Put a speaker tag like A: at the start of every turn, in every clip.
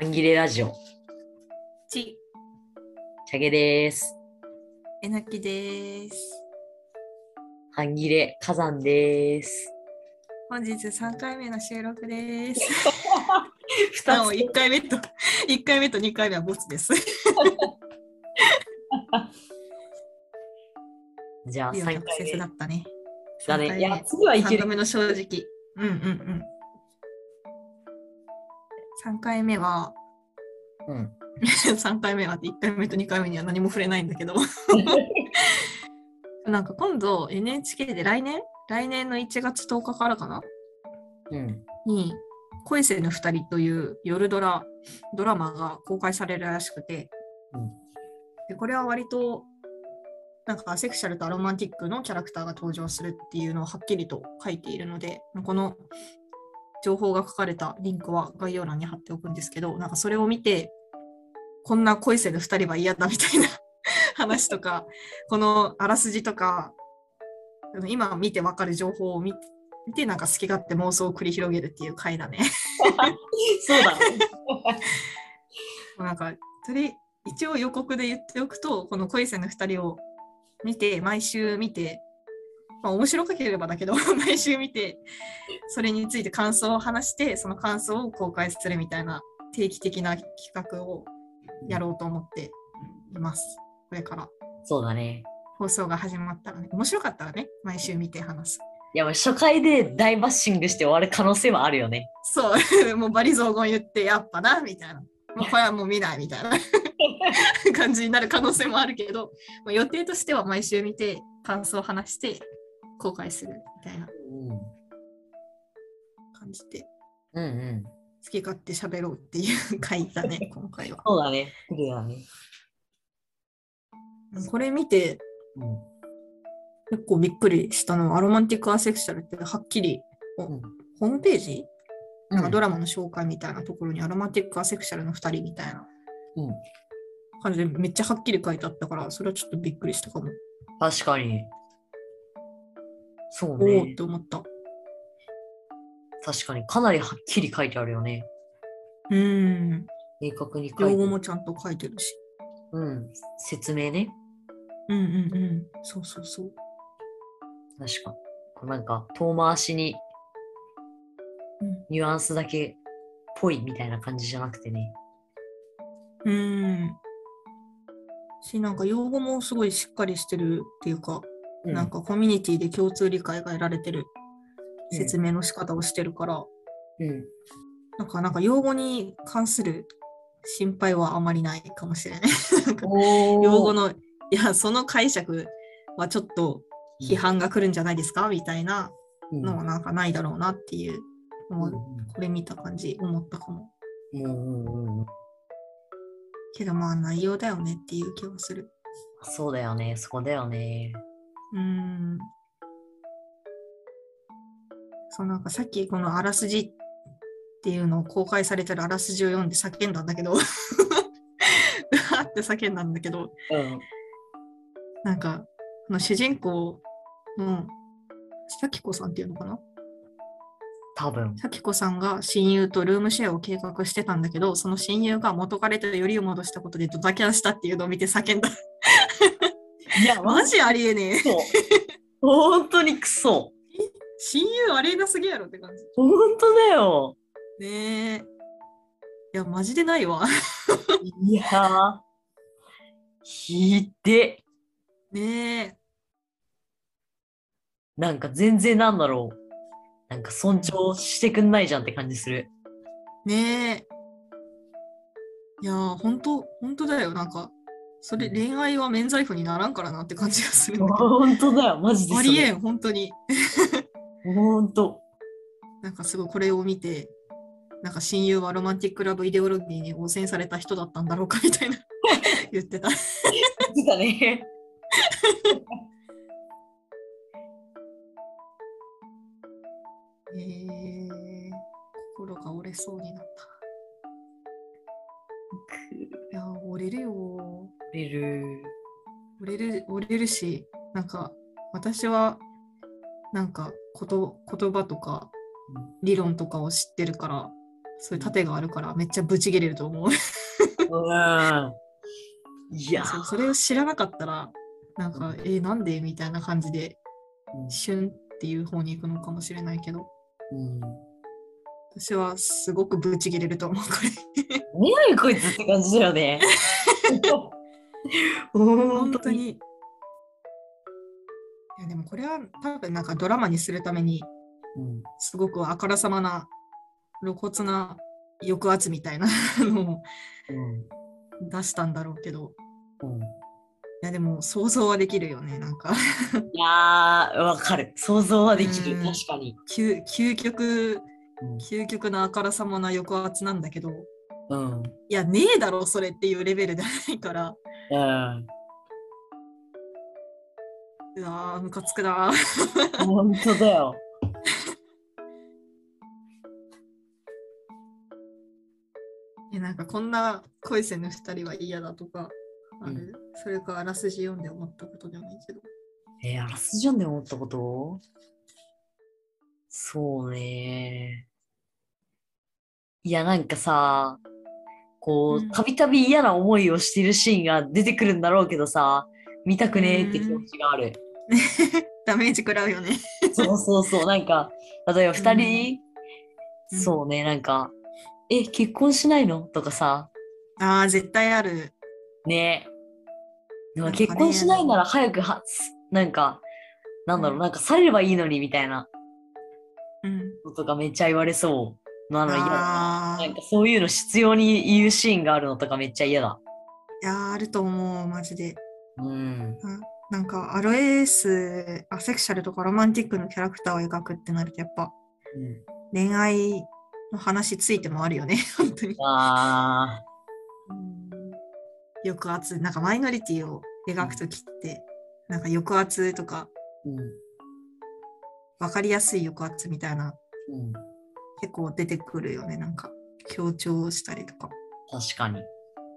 A: アンギレラジオ、
B: ち、
A: チャゲです。
B: えなきです。
A: アンギレ火山です。
B: 本日3回目の収録です。 な
A: 二
B: お
A: つ
B: 1回目と 1回目と2回目はボツです。
A: じゃあ3
B: いや、
A: 回
B: 学生だ
A: 目
B: ったね。
A: だ
B: 三回
A: ね。
B: 目
A: いや、次はいけ
B: 3
A: る
B: 度。目の正直。うんうんうん。3回目は、
A: うん。
B: 3回目はって1回目と2回目には何も触れないんだけど。 なんか今度 NHK で来年来年の1月10日からかな
A: うん。
B: に「恋せぬ二人」という夜ドラドラマが公開されるらしくて、
A: うん
B: でこれは割となんかアセクシャルとアロマンティックのキャラクターが登場するっていうのをはっきりと書いているのでこの情報が書かれたリンクは概要欄に貼っておくんですけどなんかそれを見てこんな恋せぬ二人は嫌だみたいな 話とかこのあらすじとかあの今見てわかる情報を見見てなんか好き勝手妄想を繰り広げるっていう回だね。
A: そうだね。
B: もうなんかとり一応予告で言っておくとこの恋せぬ2人を見て毎週見て、まあ、面白ければだけど 毎週見てそれについて感想を話してその感想を公開するみたいな定期的な企画をやろうと思っていますこれから
A: そうだね。
B: 放送が始まったらね面白かったらね毎週見て話す
A: いや、もう初回で大バッシングして終わる可能性もあるよね。
B: そうもう バリ雑言言ってやっぱなみたいなもうこれはもう見ないみたいな 感じになる可能性もあるけど、まあ、予定としては毎週見て感想を話して公開するみたいな感じで
A: うん。うんうん。
B: 好き勝手喋ろうっていう回だ ね今回は
A: そうだね。そうだね。
B: これ見て
A: うん。
B: 結構びっくりしたのはアロマンティック・アセクシャルってはっきり
A: う
B: ホームページなんかド
A: ラ
B: ラマの紹介みたいなところにアロマンティック・アセクシャルの2人みたいな
A: うん。
B: 感じでめっちゃはっきり書いてあったからそれはちょっとびっくりしたかも
A: 確かに。そう
B: おおっ
A: ね
B: て。思った。
A: 確かに。かなりはっきり書いてあるよね。
B: うん。
A: 明確に書
B: 用
A: いて
B: 語
A: ある。
B: もちゃんと書いてるし。
A: うん。説明ね。
B: うんうんうん。そうそうそう。
A: 確か。こうなんか遠回しに
B: うん
A: ニュアンスだけっぽいみたいな感じじゃなくてね。
B: うん。し、なんか用語もすごいしっかりしてるっていうか、
A: うん
B: なんかコミュニティで共通理解が得られてる
A: うん
B: 説明の仕方をしてるから、
A: うん。
B: なんかなんか用語に関する心配はあまりないかもしれない。なんか
A: おー
B: 用語の、いや、その解釈はちょっと批判が来るんじゃないですかみたいな
A: うん
B: のはなんかないだろうなっていうの
A: う
B: を
A: ん
B: これ見た感じ思ったかも。
A: うんうんうん
B: けどまあ内容だよねっていう気はする。
A: そうだよね。そこだよね。
B: うーん。そうなんかさっきこのあらすじっていうのを公開されてるあらすじを読んで叫んだんだけど、うわーって叫んだんだけど、
A: うん。
B: なんかこの主人公の咲子さんっていうのかな
A: 多分。
B: 咲子さんが親友とルームシェアを計画してたんだけど、その親友が元彼とよりを戻したことでドタキャンしたっていうのを見て叫んだ。
A: いや、
B: マジありえねえ。
A: そう。本当にクソ。
B: 親友ありえなすぎやろって感じ。
A: 本当だよ。
B: ねえ。いや、マジでないわ。
A: いやー。ひでえ。
B: ねえ。
A: なんか全然なんだろう。なんか尊重してくんないじゃんって感じする。
B: ねえ。いやー、本当本当だよ。なんか、それ恋愛は免罪符にならんからなって感じがするんだけど。
A: 本当だよ。 マジでそれ。
B: ありえん、本当に。
A: 本当。
B: なんかすごいこれを見て、なんか親友はロマンティックラブイデオロギーに汚染された人だったんだろうかみた いな言ってた。
A: 言ってた ね。
B: えー、心が折れそうになった。いやー、折れるよ
A: れる。
B: 折れる。折れるし、なんか私は、なんかこと言葉とか
A: うん
B: 理論とかを知ってるから、そういう盾があるからめっちゃブチ切れると思う。
A: うん。いや、
B: そうそれを知らなかったら、なんか、えなんでみたいな感じで、シュンっていう方に行くのかもしれないけど、
A: うん。
B: 私はすごくブチ切れると思う、これ。
A: 何やねんこいつって感じだよね。本
B: 本当。に。いやでもこれは多分なんかドラマにするために
A: うん
B: すごくあからさまな露骨な抑圧みたいな のを出したんだろうけど
A: うんうん
B: いやでも想像はできるよねなんか
A: いやー、わかる。想像はできる。
B: うん
A: 確かに。
B: 究究極
A: うん
B: 究極なあからさまな抑圧なんだけどい
A: うん。
B: やねえだろそれっていうレベルじゃないから
A: うん。
B: うわームカつくなー
A: 本当だよ。
B: いやなんかこんな恋せぬ2人は嫌だとかある、それかあらすじ読んで思ったことでもいいけど
A: えー、あらすじ読んで思ったことそうね。いや、なんかさ、こ
B: う
A: う、
B: ん
A: たびたび嫌な思いをしているシーンが出てくるんだろうけどさ、見たくねえって気持ちがある。
B: ダメージ食らうよね。
A: そうそうそう、なんか、例えば二人、
B: うん
A: そうね、なんか、え、結婚しないのとかさ、
B: ああ、絶対ある。
A: ねでも
B: なんかね
A: 結婚しないなら早くは、すなんか、なんだろう、
B: うん
A: なんかされればいいのにみたいな。
B: うん。
A: ことがめっちゃ言われそうなの嫌だ
B: ああ、
A: ないんかそういうの必要に言うシーンがあるのとかめっちゃ嫌だ。
B: やー、あると思う、マジで。
A: うん。
B: なんか、アロエース、アセクシャルとかロマンティックのキャラクターを描くってなると、やっぱ恋愛の話ついてもあるよね、 本当に。
A: あ
B: 抑圧、なんかマイノリティを描くときって、なんか抑圧とか、
A: ーうん。
B: 分かりやすい抑圧みたいな、
A: うん。
B: 結構出てくるよね、なんか、強調したりとか。
A: 確かに。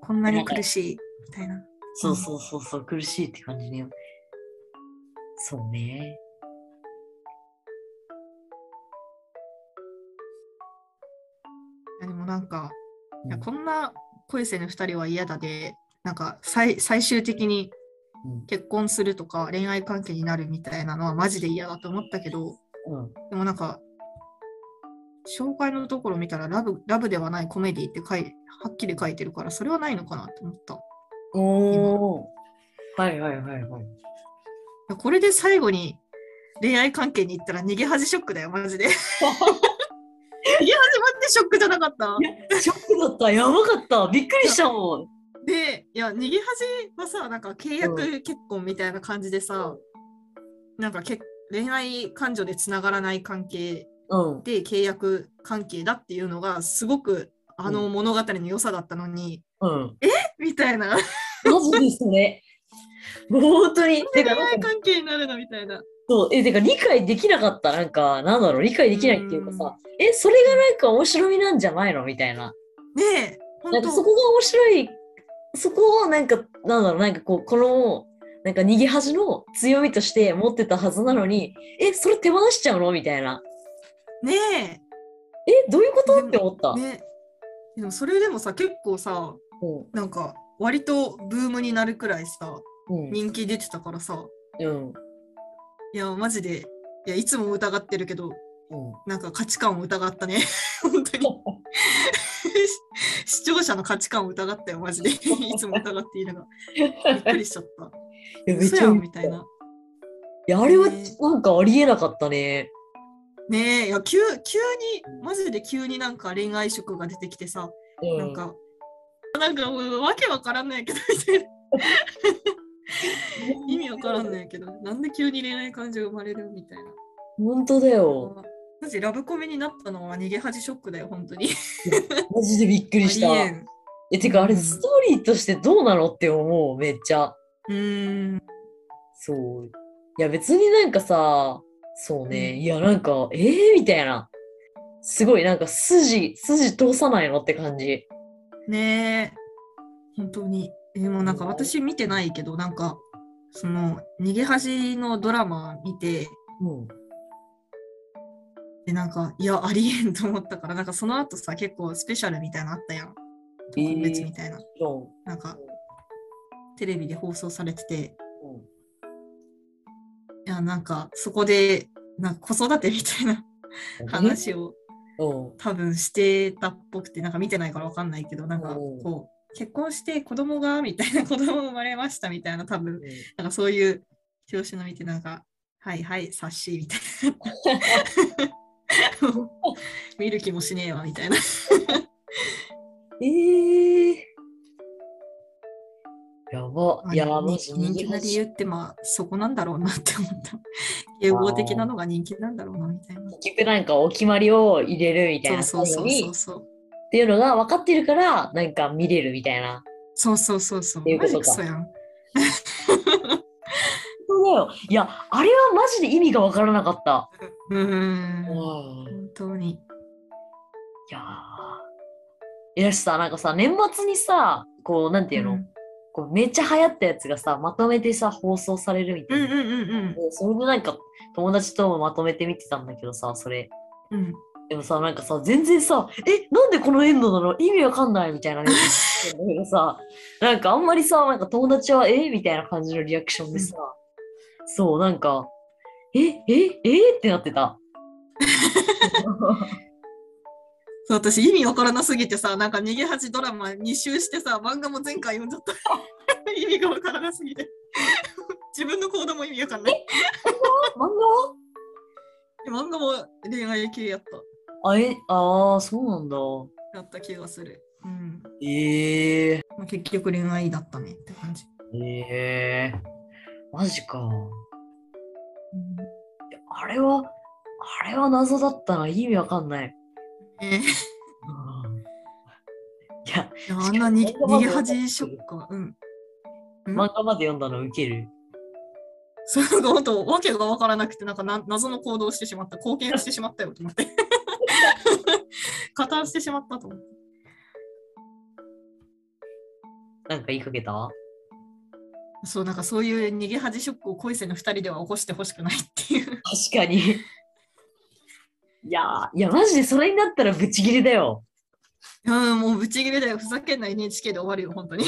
B: こんなに苦しい、みたいな。
A: そうそうそうそう、苦しいって感じね。そうね。
B: いやでもなんか、いや
A: うん
B: こんな恋せぬ2人は嫌だで、なんか最最終的に
A: うん
B: 結婚するとか恋愛関係になるみたいなのはマジで嫌だと思ったけど、
A: うん。
B: でもなんか、紹介のところ見たらラブラブではないコメディって書いはっきり書いてるから、それはないのかなと思った。い
A: おー。はいはいはいはい。
B: やこれで最後に恋愛関係に行ったら逃げ恥ショックだよ、マジで。逃げ 恥マジでショックじゃなかった
A: ショックだった。やばかった。びっくりしたもん。
B: で、いや、逃げ恥はさ、なんか契約結婚みたいな感じでさ、なんかけ恋愛感情でつながらない関係
A: うん。
B: で契約関係だっていうのが、すごくあの物語の良さだったのに、
A: うん。
B: みたいな、
A: マジですね。 本当に。て
B: 恋
A: かなんか
B: 愛関係になるのみたいな。
A: そう、え、てか理解できなかった、なんか、なんだろう、理解できないっていうかさ、え、それがなんか面白みなんじゃないのみたいな。
B: ねえ、
A: な
B: 本
A: んか
B: 当
A: そこが面白い、そこをなんか、なんだろう、なんかこう、この、なんか逃げ恥の強みとして持ってたはずなのに、え、それ手放しちゃうのみたいな。
B: ねえ、
A: え、どういうこと
B: でも
A: って思った。
B: ねえ。でもそれでもさ、結構さ、
A: う
B: なんか割とブームになるくらいさ、
A: ん。うん。
B: 人気出てたからさ、
A: うん。
B: いや、マジで、いや、いつも疑ってるけど、
A: うん。
B: なんか価値観を疑ったね。 本当に。視聴者の価値観を疑ったよ、マジ で。いつも疑っているが。びっくりしちゃった。
A: いやめっ
B: 嘘
A: ち
B: や
A: ゃ
B: んみたい。な。
A: いや、あれは
B: ね
A: なんかありえなかったね。
B: ねえ、いや、急急に、マジで急になんか恋愛色が出てきてさ、
A: うん。
B: なんか、なんかもうわけわからんないけど、みたいな意味わからん
A: い。
B: ないけど、なんで急に恋愛感情生まれるみたいな。
A: 本当だよ。
B: マジラブコメになったのは逃げ恥ショックだよ、本当に。
A: マジでびっくりした。
B: ありえん
A: え、てか、あれ、
B: うん
A: ストーリーとしてどうなのって思う、めっちゃ。
B: うーん。
A: そう。いや、別になんかさ、そうね、
B: うん
A: いや、なんか、えー、みたいな。すごい、なんか、筋、筋通さないのって感じ。
B: ねえ、本当に。えでもなんか私見てないけど、なんか、その、逃げ恥のドラマ見て、
A: うん。
B: で、なんか、いや、ありえん と思ったから、なんかその後さ、結構スペシャルみたいなのあったやん。
A: えー
B: 特別みたいな。
A: ロ
B: なんか、テレビで放送されてて、
A: ンうん
B: いや、なんか、そこで、なんか子育てみたいな話を
A: うん
B: 多分してたっぽくて、なんか見てないからわかんないけど、なんか
A: うん
B: こう、結婚して子供がみたいな、子供生まれましたみたいな、多分
A: うん
B: なんかそういう表紙の見て、なんか、はいはい、察しみた いな。見る気もしねえわみたいな。
A: ええやば。いや、
B: まあ
A: マ
B: に
A: ジ
B: 人気な理由ってまあそこなんだろうなって思った。融合的なのが人気なんだろうなみたいな。
A: 結局なんかお決まりを入れるみたいな
B: そうそ
A: 最
B: う
A: 後
B: そ
A: に
B: うそう。
A: っていうのが分かってるからなんか見れるみたいな。
B: そうそうそうそう。
A: っていうこ
B: マ
A: とか
B: ジクソやん。
A: そうだよ。いや、あれはマジで意味が分からなかった。
B: うーん。本
A: い
B: 当に。
A: やー。いやしさ、なんかさ、年末にさ、こう、なんていうの、
B: うん
A: こうめっちゃ流行ったやつがさ、まとめてさ、放送されるみた
B: う
A: い
B: ん
A: な。
B: うんうん
A: でそれでなんか、友達ともまとめて見てたんだけどさ、それ。
B: うん。うん。
A: でもさ、なんかさ、全然さ、え、なんでこのエンドなの意味わかんないみたいなね。だけどさ、なんかあんまりさ、なんか友達は、えみたいな感じのリアクションでさ、そう、なんか、え、え、えってなってた。
B: そう私意味わからなすぎてさ、なんか逃げ恥ドラマ2周してさ、漫画も前回読んじゃった。 意味がわからなすぎて。 自分の行動も意味わかんない。
A: 漫画
B: 漫画も恋愛系やった。
A: はあ、え、ああ、そうなんだ。
B: やった気がする。うん。
A: ええ
B: まあ、結局恋愛だったねって感じ。
A: ええマジか。いやあれは、あれは謎だったな。意味わかんない。
B: えー
A: うんいや、
B: いやあんなに
A: しかも
B: 逃げ恥ショックは、うん。
A: 漫画まで読んだのウケる。
B: そうなんか本当、わけが分からなくて、なんかな謎の行動をしてしまった、貢献してしまったよと思って。 加担してしまったと思って。
A: なんか言いかけた
B: そう、なんかそういう逃げ恥ショックを恋せの2人では起こしてほしくないっていう。
A: 確かに。いやー、いや、マジでそれになったらブチギレだよ。
B: うん、もうブチギレだよ、ふざけんな NHK で終わるよ、本当 に。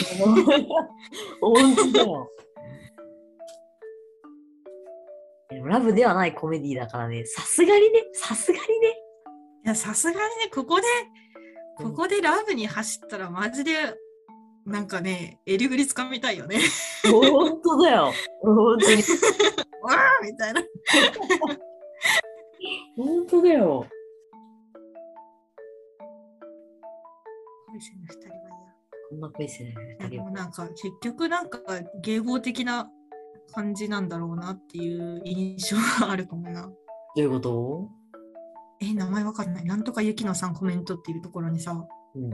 A: 本当だよ。でもラブではないコメディだからね、さすがにね、さすがにね。
B: いや、さすがにね、ここで、ここでラブに走ったら、マジで、なんかね、えりぐりつかみたいよね。
A: 本当だよ。本当に。
B: わーみたいな。
A: 本当だよ。
B: 恋せの2人は嫌。
A: こんな恋せない
B: いや
A: 二
B: で
A: 人
B: も
A: は。
B: なんか結局なんか迎合的な感じなんだろうなっていう印象があるかもな。
A: どういうこと
B: え、名前わかんない。なんとかゆきのさんコメントっていうところにさ、
A: うん。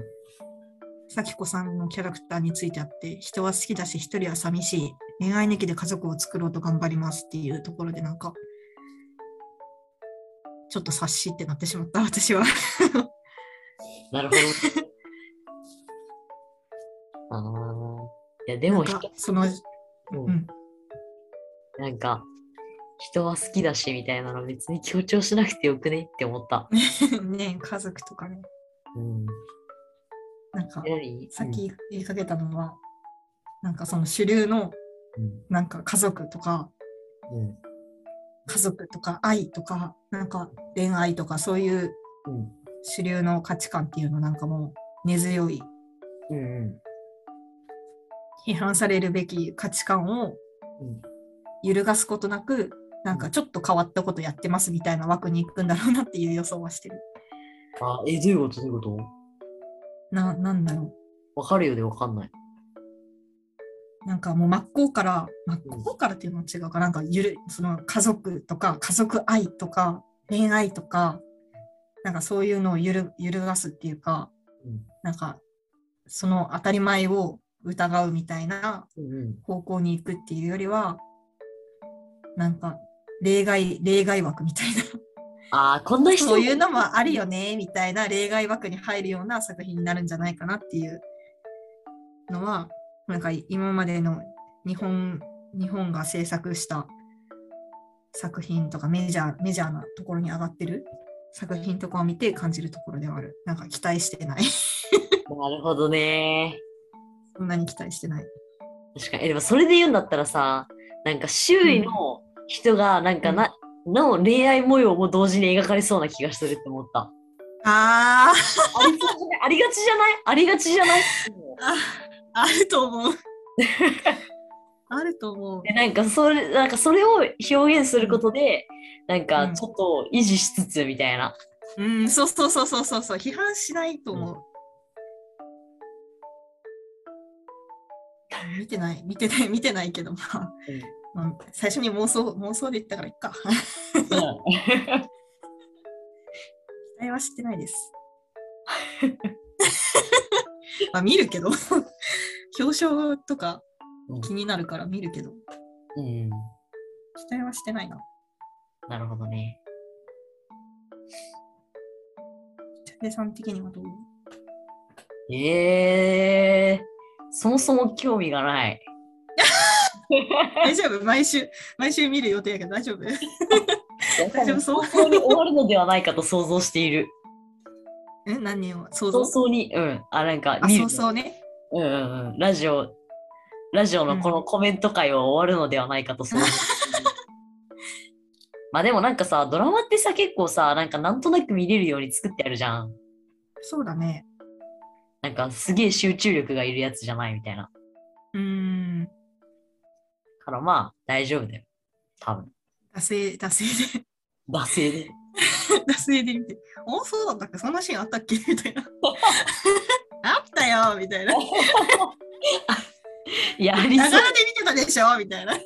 B: 咲子さんのキャラクターについてあって、人は好きだし、一人は寂しい。恋愛抜きで家族を作ろうと頑張りますっていうところでなんか、ちょっと察しってなってしまった、私は。
A: な るほど。ああ。いや、でも、
B: なんかその、
A: うん
B: うん
A: なんか、人は好きだしみたいなの別に強調しなくてよくねって思った。
B: ね、家族とかね、
A: うん。
B: なんか
A: え、何
B: さっ、き言いかけたのは、なんかその主流の
A: うん
B: なんか家族とか
A: うん
B: 家族とか愛とかなんか恋愛とかそういう
A: うん
B: 主流の価値観っていうのなんかもう根強い
A: うんうん
B: 批判されるべき価値観を
A: うん
B: 揺るがすことなくなんかちょっと変わったことやってますみたいな枠に行くんだろうなっていう予想はしてる。
A: あ、え、どういうことどういうこと
B: ななんだろ
A: わかるようでわかんない。
B: うなんかもう真っ向から真っ向からっていうのは違うかなんかゆるその家族とか家族愛とか恋愛とかなんかそういうのを揺る揺るがすっていうか
A: うん
B: なんか、その当たり前を疑うみたいな
A: うんうん
B: 方向に行くっていうよりは、なんか、例外、例外枠みたいな、
A: あーこんな人
B: そういうのもあるよね、みたいな例外枠に入るような作品になるんじゃないかなっていうのは、なんか今までの日本、日本が制作した作品とかメジャー、メジャーなところに上がってる作品とかを見て感じるところではある。なんか期待してない。
A: なるほどね。
B: そんなに期待してない。
A: 確かに。えでもそれで言うんだったらさ、なんか周囲の人が、なんかな、なお恋愛模様も同時に描かれそうな気がするって思った。あ
B: あー
A: りそうじゃないありがちじゃないありがちじゃない
B: あ、あると思う。あると思う。
A: でなんかそれなんかそれを表現することで、なんかちょっと維持しつつみたいな。
B: うん、そうそうそうそうそうそう、批判しないと思う。見てない、見てない、見てないけど、まあ、まあ最初に妄想、妄想で言ったからいっか。 期待はしてな いです。まあ、見るけど。 表彰とか
A: うん
B: 気になるから見るけど、期
A: うん、
B: 待はしてないな。
A: なるほどね。
B: チャペさん的にはどう
A: えー、そもそも興味がない。
B: 大丈夫毎週、毎週見る予定やけど大丈夫 大丈夫そう
A: 早々に終わるのではないかと想像している。
B: え何を想像
A: 早々に、うん、あ、なんか
B: あ、
A: 見る
B: そうそうね。
A: うんうんうん、ラジオ、ラジオのこのコメント会は終わるのではないかと想像しているまあでもなんかさ、ドラマってさ、結構さ、なんかなんとなく見れるように作ってあるじゃん。
B: そうだね。
A: なんかすげえ集中力がいるやつじゃないみたいな。
B: うーん。
A: からまあ大丈夫だよ。多分。
B: 惰性、惰性で、
A: 惰性で。
B: 惰性で見て、おそうだったっけそんなシーンあったっけみたいな。あったよみたいな。流
A: いや、あり
B: れで
A: そう。
B: 見てたでしょみたいな。
A: うん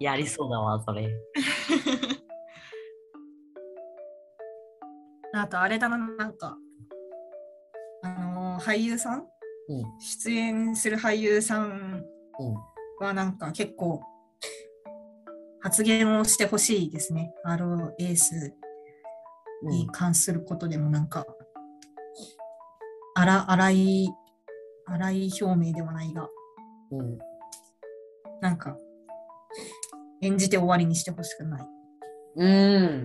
A: いや、ありそうだわ、それ。
B: あと、あれだな、なんか、あのー俳優さん
A: うん。うん。
B: 出演する俳優さんはなんか結構発言をしてほしいですね。あのエース
A: うん
B: に関することでもなんか、あら荒い、荒い表明ではないが、
A: うん。
B: なんか、演じて終わりにしてほしくない。
A: うん。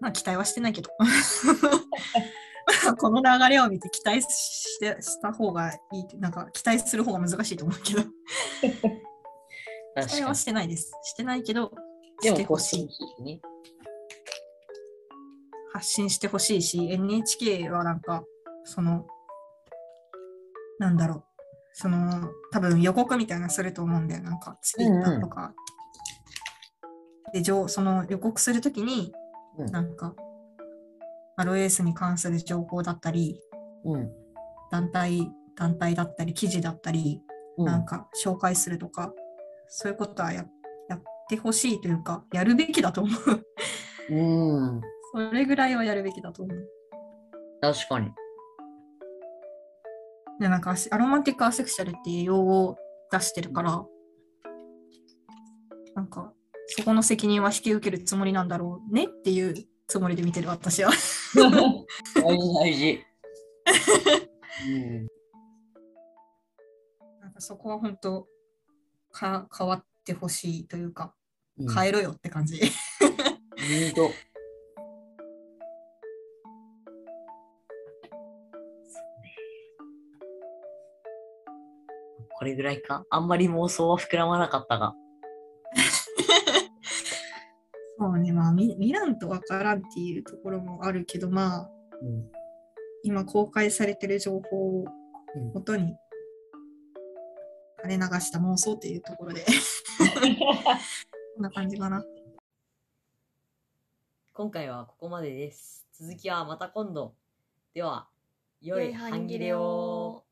B: まあ期待はしてないけど。 まあこの流れを見て期待してした方がいいって、なんか期待する方が難しいと思うけど、期
A: 確
B: 待
A: か
B: は
A: に。
B: してないです。してないけど、
A: で
B: し
A: も
B: て
A: こ
B: ほ
A: うし
B: してい
A: ほ。しいね。
B: 発信してほしいし、NHK はなんか、その、なんだろう、その、多分予告みたいなのすると思うんだよ、なんか、ツイッターとか。で、情その予告するときに、
A: うん
B: なんか、アロエースに関する情報だったり、
A: うん。
B: 団体、団体だったり、記事だったり、
A: う
B: なん
A: ん。
B: か紹介するとか、そういうことはややってほしいというか、やるべきだと思う。
A: うん。
B: それぐらいはやるべきだと思う。
A: 確 かに。
B: でなんかアシアロマンティック・アセクシャルっていう用語を出してるから、なんかそこの責任は引き受けるつもりなんだろうねっていうつもりで見てる私は。
A: 大事大事。 うん
B: なんかそこは本当か変わってほしいというか、
A: うん。
B: 変えろよって感じ。
A: ほんとこれぐらいか。あんまり妄想は膨らまなかったが。
B: そうね、まあ見見らんとわからんっていうところもあるけど、まあ
A: うん
B: 今公開されてる情報を
A: うん
B: もとに垂れ流した妄想っていうところで、 こんな感じかな。
A: 今回はここまでです。続きはまた今度。では、良
B: 良
A: い
B: い半
A: 半切
B: 切
A: れ
B: れ
A: を
B: を。